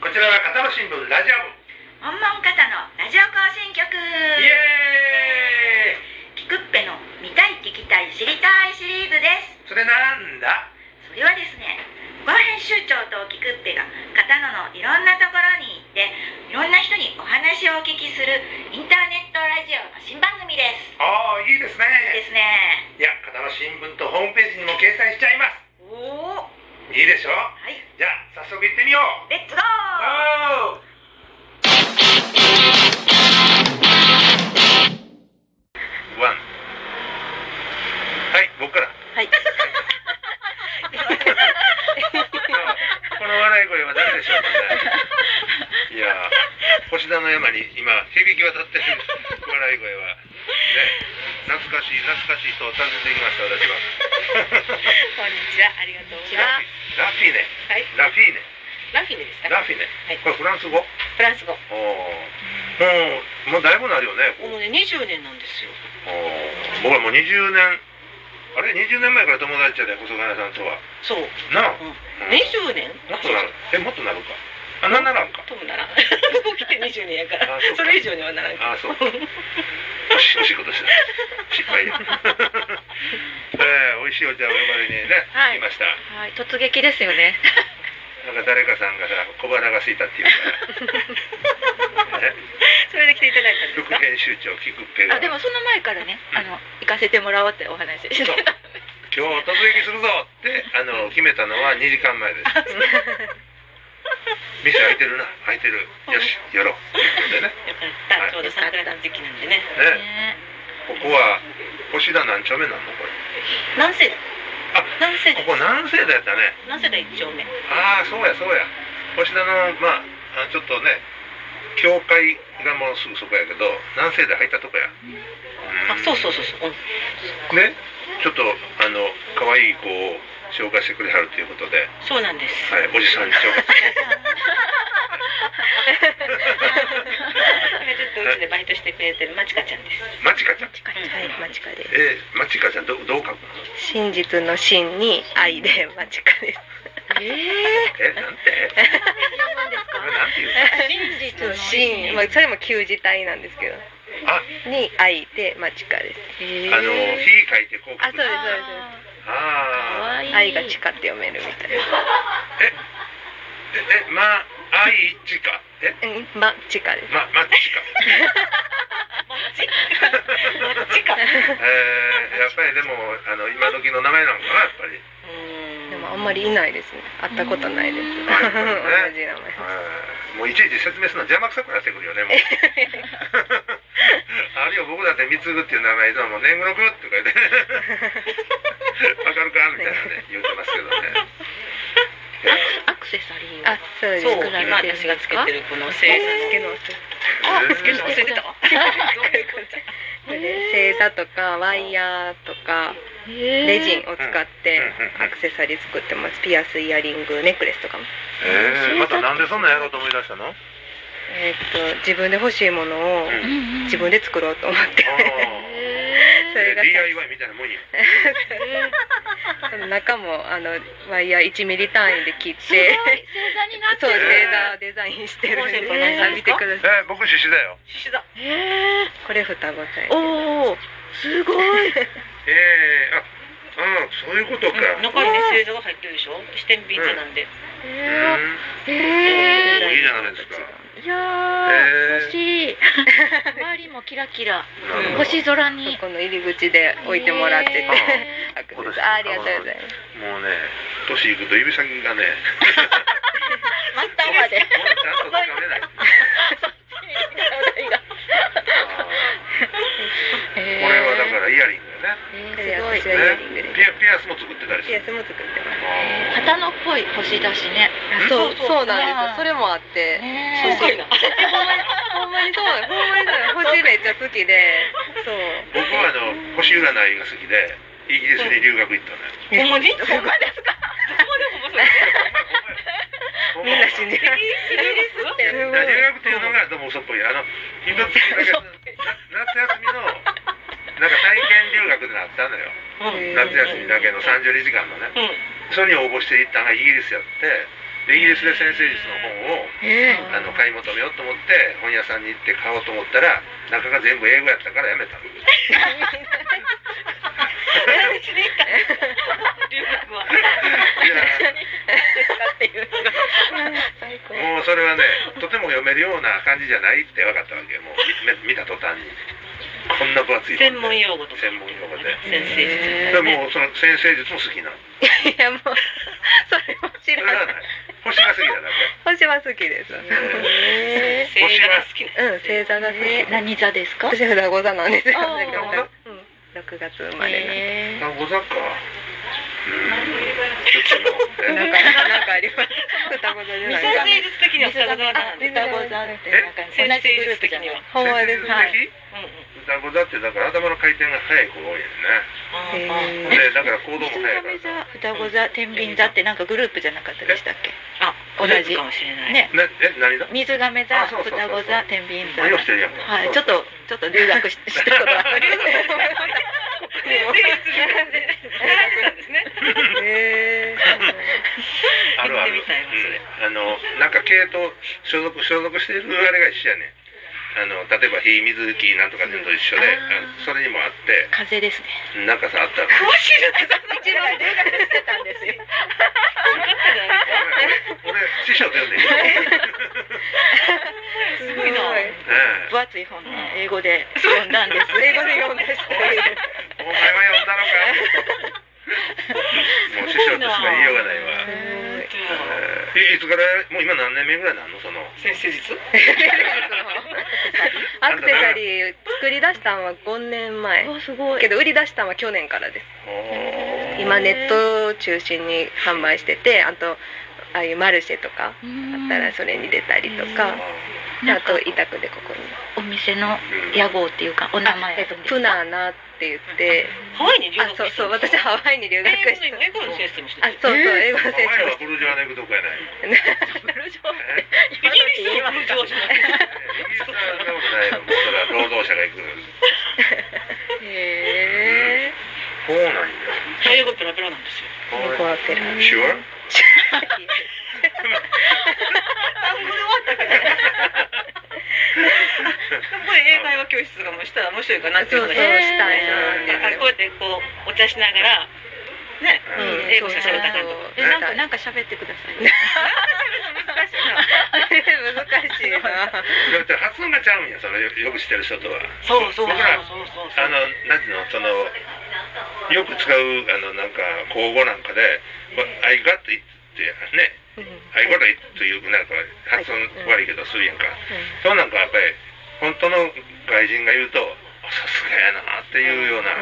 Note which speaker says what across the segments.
Speaker 1: 山新聞ラジアム
Speaker 2: 本門方のラジオ更新曲
Speaker 1: イエ
Speaker 2: キ
Speaker 1: ーイ
Speaker 2: クッペの見たい聞きたい知りたいシリーズです
Speaker 1: それなんだ
Speaker 2: それはですね小川編集長とキクッペが片野のいろんなところに行っていろんな人にお話をお聞きするインターネットラジオの新番組です
Speaker 1: ああいいです
Speaker 2: で
Speaker 1: ね
Speaker 2: すね
Speaker 1: いや片野新聞とホームページにも掲載しちゃいます
Speaker 2: おお
Speaker 1: いいでしょ
Speaker 2: はい
Speaker 1: じゃあ早速行ってみよう
Speaker 2: レッツゴー
Speaker 1: おーワンはい僕から
Speaker 3: はい。
Speaker 1: この笑い声は誰でしょうかね。いやー、星田の山に今響き渡ってる笑い声は、ね、懐かしい懐かしいと訪ねてきました私は。
Speaker 3: こんにちは。ありがとうござい
Speaker 1: ラ
Speaker 3: ます。
Speaker 1: フィネ、
Speaker 3: はい。
Speaker 1: ラフィネ、
Speaker 3: ラフィネです
Speaker 1: ラフィネこ
Speaker 3: か。はい。
Speaker 1: れフランス語。お
Speaker 3: フランス
Speaker 1: ーもう
Speaker 3: 語。
Speaker 1: もうだいぶなるよね。
Speaker 3: もうね、20年なんですよ。
Speaker 1: おー僕はもう20年。あれ20年前から友達やで細川さんとは
Speaker 3: そう。
Speaker 1: なあ、
Speaker 3: うん
Speaker 1: うん
Speaker 3: 20年。
Speaker 1: もっとなるえもっとなるかあなんならんか
Speaker 3: ともならん。ここ来て20年やから
Speaker 1: あそう。か
Speaker 3: それ以上にはなら
Speaker 1: あ
Speaker 3: んから。
Speaker 1: そう惜しいことした失 敗よえー、美味しいお茶を呼ばれにね、
Speaker 4: はい
Speaker 1: い、ました
Speaker 4: はい、突撃です よね。
Speaker 1: なんか誰かさんがさ小腹が空いたっていうから、ね、
Speaker 3: それで来ていただいたんです
Speaker 1: 副
Speaker 3: か。
Speaker 1: 編集長菊っぺが
Speaker 4: あ、でもその前からね、あの行かせてもらおうってお話しして
Speaker 1: そう
Speaker 4: た。
Speaker 1: 今日突撃するぞってあの決めたのは2時間前です店開いてるな開いてるよしやろうということでね
Speaker 3: よかった。ちょうど桜の時期なんでね。
Speaker 1: ね
Speaker 4: ね
Speaker 1: ここは星田何丁目なのこれ
Speaker 3: 何世代
Speaker 1: あ
Speaker 3: 何世代
Speaker 1: ここ何世代やったね
Speaker 3: 何世代一丁目。
Speaker 1: ああそうやそうや星田のまああのちょっとね教会がもうすぐそこやけど南西で入ったとこや
Speaker 3: あ、そうそううそうそう。うん
Speaker 1: んねちょっとあの可愛い子を紹介してくれはるということで、
Speaker 3: そうなんです。
Speaker 1: はい、おじさんに紹介 して
Speaker 3: 今ちょっと うちでバイトしてくれてるまちかちゃんです。
Speaker 1: マチカちゃん
Speaker 4: はい、間近で
Speaker 1: えー、マチカちゃんどどう書くの
Speaker 4: す。真実の真に愛で間近です。え
Speaker 1: えなんてこれなんていうの
Speaker 4: えー、真実の真、まあそれも旧字体なんですけど、
Speaker 1: あ
Speaker 4: に愛で間近です。
Speaker 1: あの「火書いてこう書
Speaker 4: あ、そう
Speaker 1: く
Speaker 4: です
Speaker 1: ああ
Speaker 4: そうです。愛が近って読めるみたい
Speaker 1: えええまあいちかえ
Speaker 4: な。うん、ま近です。
Speaker 1: まマチカ
Speaker 3: まちまちか。
Speaker 1: えー、やっぱりでもあの今時の名前なのかなやっ ぱり、
Speaker 4: でもあんまりいないですね。会ったことないです。同じ名前。
Speaker 1: はいもういちいち説明するの邪魔くさくなってくるよね もうあるいは僕だって「みつぐ」っていう名前でもう「年頃く」とか言って「わかるか?」みたいなね言うてますけどね
Speaker 4: アクセサリーあ、そうです。
Speaker 3: そう、今私がつけてるこの星座の。
Speaker 4: けの音
Speaker 1: えー
Speaker 3: つけ るの忘れてたわ。
Speaker 4: それで星座とかワイヤーとかレジンを使って
Speaker 1: うんうん
Speaker 4: アクセサリー作ってますピアスイヤリングネックレスとかも、
Speaker 1: えーまたなんでそんなんやろうと思い出したの
Speaker 4: えーっと自分で欲しいものを
Speaker 1: うん
Speaker 4: 自分で作ろうと思ってそれが
Speaker 1: DIY みたいなもんや
Speaker 4: その中もあのワイヤー1ミリ単位で切って
Speaker 5: 座になっ
Speaker 4: そう
Speaker 5: て
Speaker 4: 星
Speaker 5: る。
Speaker 4: 座デザインしてるんで
Speaker 3: コンセプト何
Speaker 4: 皆
Speaker 3: 座
Speaker 4: さん見
Speaker 3: ですか
Speaker 4: てください
Speaker 1: えー僕獅子だよ
Speaker 3: 獅子座。
Speaker 5: へえ。
Speaker 4: これ双子さん
Speaker 5: おお。すごい。
Speaker 1: えー、ああーそういうことか、
Speaker 3: うん中にね星座が入ってるでしょ。視点ビートなんで。
Speaker 5: へ
Speaker 1: うん
Speaker 5: え。
Speaker 1: いいじゃないですか
Speaker 5: いや
Speaker 1: へ
Speaker 5: ー
Speaker 1: ー
Speaker 5: 欲しい。周りもキラキラ。
Speaker 1: なるほど
Speaker 5: 星空に
Speaker 4: そ。この入り口で置いてもらってて
Speaker 5: へ
Speaker 4: アクセサリーありがとうございます
Speaker 1: もうね、年いくと指先がね、
Speaker 5: またまで。
Speaker 1: もうちゃんと掴め ない。
Speaker 5: こ
Speaker 1: これはだからイヤリングだ
Speaker 4: これ
Speaker 5: すごい
Speaker 4: 私はイヤ
Speaker 1: よね。
Speaker 4: リングです
Speaker 1: ピアピアスも作ってたりす
Speaker 4: ピア
Speaker 1: る。
Speaker 4: スも作ってます
Speaker 5: 旗のっぽい星だしね。
Speaker 4: あそうそうなんですよそれもあって
Speaker 5: ね
Speaker 3: そ
Speaker 5: え
Speaker 3: うかいな。
Speaker 4: ほんまにそうほんまにそう星めっちゃ好きでそう
Speaker 1: 僕はあの星占いが好きで、イギリスに留学行ったのよ。
Speaker 3: ほんまに？ほんまですか？ほんまで
Speaker 4: みんな信じられ
Speaker 3: ほんまです。
Speaker 1: いや留学っていうのがどうも嘘っぽい。あの一つだけな夏休みのなんか体験留学でなったのよ。
Speaker 3: うん。
Speaker 1: 夏休みだけの32時間のね。
Speaker 3: うん。
Speaker 1: それに応募して行ったのがイギリスやって、でイギリスで先生術の本を
Speaker 4: え
Speaker 1: あの買い求めようと思って本屋さんに行って買おうと思ったら中が全部英語やったからやめたの
Speaker 3: 私に行ったんですか留学は。
Speaker 4: っていう最高
Speaker 1: もうそれはねとても読めるような感じじゃないって分かったわけよもう見見た途端にこんな分厚い
Speaker 3: 専
Speaker 1: 本で
Speaker 3: 門用語とか。
Speaker 1: 専門用語で
Speaker 3: 先生術み
Speaker 1: で
Speaker 3: たいなね。
Speaker 1: もうその先生術も好きなの
Speaker 4: いやもうそれは知
Speaker 1: それは
Speaker 4: ら
Speaker 1: ない
Speaker 4: ない
Speaker 1: 星が好きだだけ
Speaker 4: 星は好きです
Speaker 5: え
Speaker 3: 先生が好きな。
Speaker 4: うん星座が好き
Speaker 5: ー、何座ですか？
Speaker 4: 私双子座なんですよ
Speaker 5: あ
Speaker 4: だ
Speaker 5: ー
Speaker 4: からうん6月生まれ
Speaker 5: えー
Speaker 1: あござかうんちょっと
Speaker 4: なん
Speaker 1: もう
Speaker 4: かなんかあります双子座じゃない
Speaker 3: 先
Speaker 4: か
Speaker 3: 生術的には双子座なんです。
Speaker 5: 双子座ってなんか同じグループじゃない。
Speaker 4: ほんまです
Speaker 5: はい
Speaker 1: 先
Speaker 3: うんうん
Speaker 1: 生術的双子だってだから頭の回転が速い子が多いよ
Speaker 3: あ
Speaker 4: へ
Speaker 3: ー
Speaker 1: ね
Speaker 4: ー
Speaker 1: でだから行動も
Speaker 5: 水
Speaker 1: 速い
Speaker 5: 亀
Speaker 1: から
Speaker 5: 座、双子座、天秤座ってなんかグループじゃなかったでしたっけ？
Speaker 3: あ、同じかもしれない。
Speaker 5: ね、
Speaker 1: なえ何だ
Speaker 5: 水亀座、
Speaker 1: あそう
Speaker 5: 双
Speaker 1: そうそう
Speaker 5: 子座、天秤座。
Speaker 1: 何をしてるやんか
Speaker 5: はい、ちょっとちょっと留学ししたことあ る。
Speaker 3: 先生術なんで。習ってたんですね。
Speaker 4: へ
Speaker 1: あるある、
Speaker 3: 行ってみたいわそれ
Speaker 1: うんあのなんか系統所属所属してるあれが一緒やねあの例えば「火水木」なんとかっていうのと一緒で、
Speaker 5: うんあ
Speaker 1: あ
Speaker 5: ー
Speaker 1: それにもあって
Speaker 5: 風邪ですね。
Speaker 1: なんかさあった ら
Speaker 3: 面白い。
Speaker 5: 一度留学してたんですよ。
Speaker 1: 俺俺師匠って呼んでい い
Speaker 4: ー
Speaker 3: すごいな。
Speaker 1: ええ
Speaker 5: 分厚い本ね、英語で読んだんです。英語で読んだし。
Speaker 1: お前は呼んだの かもう師匠としか言いようがないわ、
Speaker 4: すごい
Speaker 1: えーいつからもう今何年目ぐらいなんのその
Speaker 3: 先生術。
Speaker 4: アクセサリー作り出したのは5年前
Speaker 5: わすごい。
Speaker 4: けど売り出したのは去年からです
Speaker 1: おー
Speaker 4: 今ネットを中心に販売しててあとああいうマルシェとかあったらそれに出たりと
Speaker 1: あ
Speaker 4: か
Speaker 1: ー、
Speaker 4: で
Speaker 5: な
Speaker 4: あ
Speaker 5: んか
Speaker 4: と委託でここに
Speaker 5: お店の
Speaker 1: うん
Speaker 5: 屋号っていうかお名前
Speaker 4: えっとプナーナって言って
Speaker 3: ハワイに留
Speaker 4: あ
Speaker 3: 学
Speaker 4: そうそう私
Speaker 3: ハ
Speaker 4: ハワイに留
Speaker 3: ワ
Speaker 4: 学
Speaker 3: イ
Speaker 4: して
Speaker 3: 英語の先生もして
Speaker 4: あそうそう英語の
Speaker 1: ハ
Speaker 4: 先
Speaker 1: ワイは
Speaker 4: 生
Speaker 1: ブルジョアネクどこやないえ
Speaker 3: イギリスは無上司なんです。
Speaker 1: イギリスはそんなことないよもうそれは労働者が行く
Speaker 4: へえ
Speaker 1: そうなんよ
Speaker 3: 英語ペラペラなんですよ。
Speaker 4: 英語はペラ
Speaker 1: Sure?
Speaker 3: これ英会話教室とかもしたら面白いかなっていう
Speaker 4: そう
Speaker 3: 話
Speaker 4: そうしたい
Speaker 3: あ
Speaker 4: な
Speaker 3: こうやってこうお茶しながらね
Speaker 1: うん
Speaker 3: 英語しゃべった感とか
Speaker 5: えなんかなんか喋ってください。
Speaker 3: 難しいな
Speaker 4: 難しいな
Speaker 1: だって発音がちゃうんやそのよよく知ってる人とは
Speaker 3: そうそうそうそう
Speaker 1: 僕ら
Speaker 3: そう
Speaker 1: あのなんていうのそのよく使うあのなんか口語なんかで「I got it」ってね「I got it」というなんか発音悪いけどするやんかそうなんかやっぱり本当の外人が言うとあさすがやなっていうような
Speaker 4: う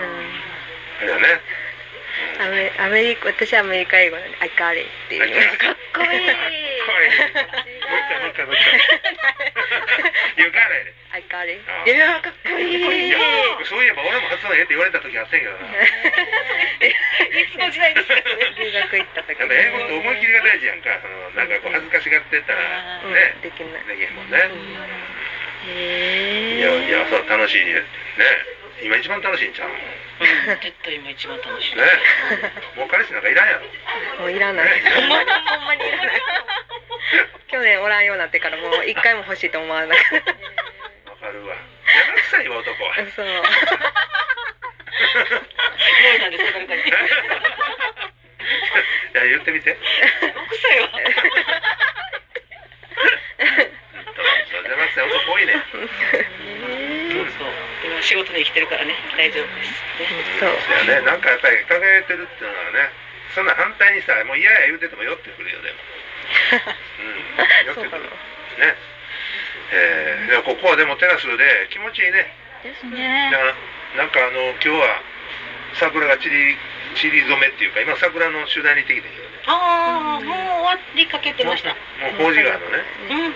Speaker 4: ん
Speaker 1: あれ
Speaker 4: うん
Speaker 1: だね
Speaker 4: アメアメリカ私アメリカ英語なんで「I got it」っていう
Speaker 1: あかっ
Speaker 5: かっこいい。
Speaker 1: こいいもう一回もう一回もう一回 You got it
Speaker 4: 「I got it
Speaker 1: あ」
Speaker 4: いやーかっこ
Speaker 1: い
Speaker 4: いい
Speaker 1: やそういえば俺も発音ええって言われた時あったんやけどなや
Speaker 3: いつの時代ですかそれ
Speaker 4: 留学行った時
Speaker 1: っぱ英語って思い切りが大事やんかそのなんかこう恥ずかしがってたら
Speaker 4: うん
Speaker 1: ね
Speaker 4: できない
Speaker 1: できへんもんねい
Speaker 5: へ
Speaker 1: や
Speaker 5: え。
Speaker 1: いやそう楽しいね今一番楽しいんちゃうもんね
Speaker 3: うん絶対今一番楽しい
Speaker 1: もう彼氏なんかいらんやろ
Speaker 4: もういらない
Speaker 1: ほんま
Speaker 4: にほんまにいらない去年おらんようになってからもう一回も欲しいと思わなかった
Speaker 1: わかるわ邪魔くさいわ男 は
Speaker 4: そう
Speaker 3: 料理なんですよこれから
Speaker 1: いや言ってみて
Speaker 3: 奥さんは
Speaker 1: 邪魔くさい男多いね
Speaker 3: そうそう今仕事で生きてるからね大丈夫です
Speaker 4: そう
Speaker 1: いやねなんかやっぱり輝いてるっていうのはねそんな反対にさもう嫌や言うてても酔ってくるよでもうん酔
Speaker 4: そう
Speaker 1: ってく
Speaker 4: か
Speaker 1: る
Speaker 4: な
Speaker 1: ねえー、でもここはでもテラスで気持ちいいね
Speaker 5: です
Speaker 1: な
Speaker 5: ね。
Speaker 1: なんかあの今日は桜が散り散り染めっていうか今桜の取材に行ってきてるけどね
Speaker 3: ああもう終わりかけてました
Speaker 1: もう工事があのね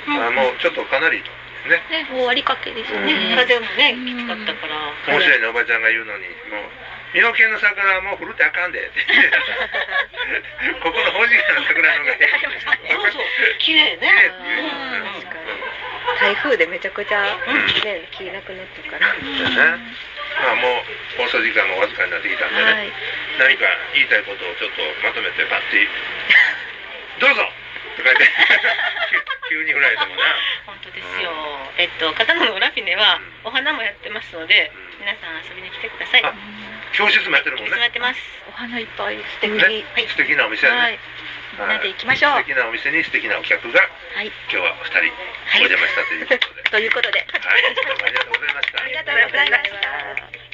Speaker 3: うんうん
Speaker 1: あもうちょっとかなりとね
Speaker 5: ね、終わりかけです
Speaker 1: う
Speaker 5: ね。
Speaker 3: ね風もねきつかったから
Speaker 1: 面白いねおばちゃんが言うのにもう身の毛の桜はもう古ってあかん でって言ってここのほうじがの桜の方がいい
Speaker 3: そうそう綺麗ね
Speaker 1: ね
Speaker 4: うん確かに台風でめちゃくちゃね着なくなったから
Speaker 1: そうだねまあもう放送時間もわずかになってきたんでね、
Speaker 5: はい。
Speaker 1: 何 か言いたいことをちょっとまとめてパッてどうぞとか言って 急に振られてもな、
Speaker 3: 本当ですよ。えっと、片野の裏フィネは、お花もやってますので
Speaker 1: う、ん
Speaker 3: 皆さん遊びに来てください。
Speaker 1: あ教室もやってるもん
Speaker 3: いつ
Speaker 1: ね
Speaker 3: もやってます。
Speaker 5: お花いっぱい素敵。
Speaker 1: ね素敵なお店や
Speaker 5: は
Speaker 1: ね、
Speaker 5: い。みんなで行きましょう
Speaker 1: 素。敵なお店に素敵なお客が、
Speaker 5: はい
Speaker 1: 今日は2人お邪魔したということで、
Speaker 5: ということで。
Speaker 1: はい、どうもありがとうございました。
Speaker 5: ありがと。
Speaker 4: うございました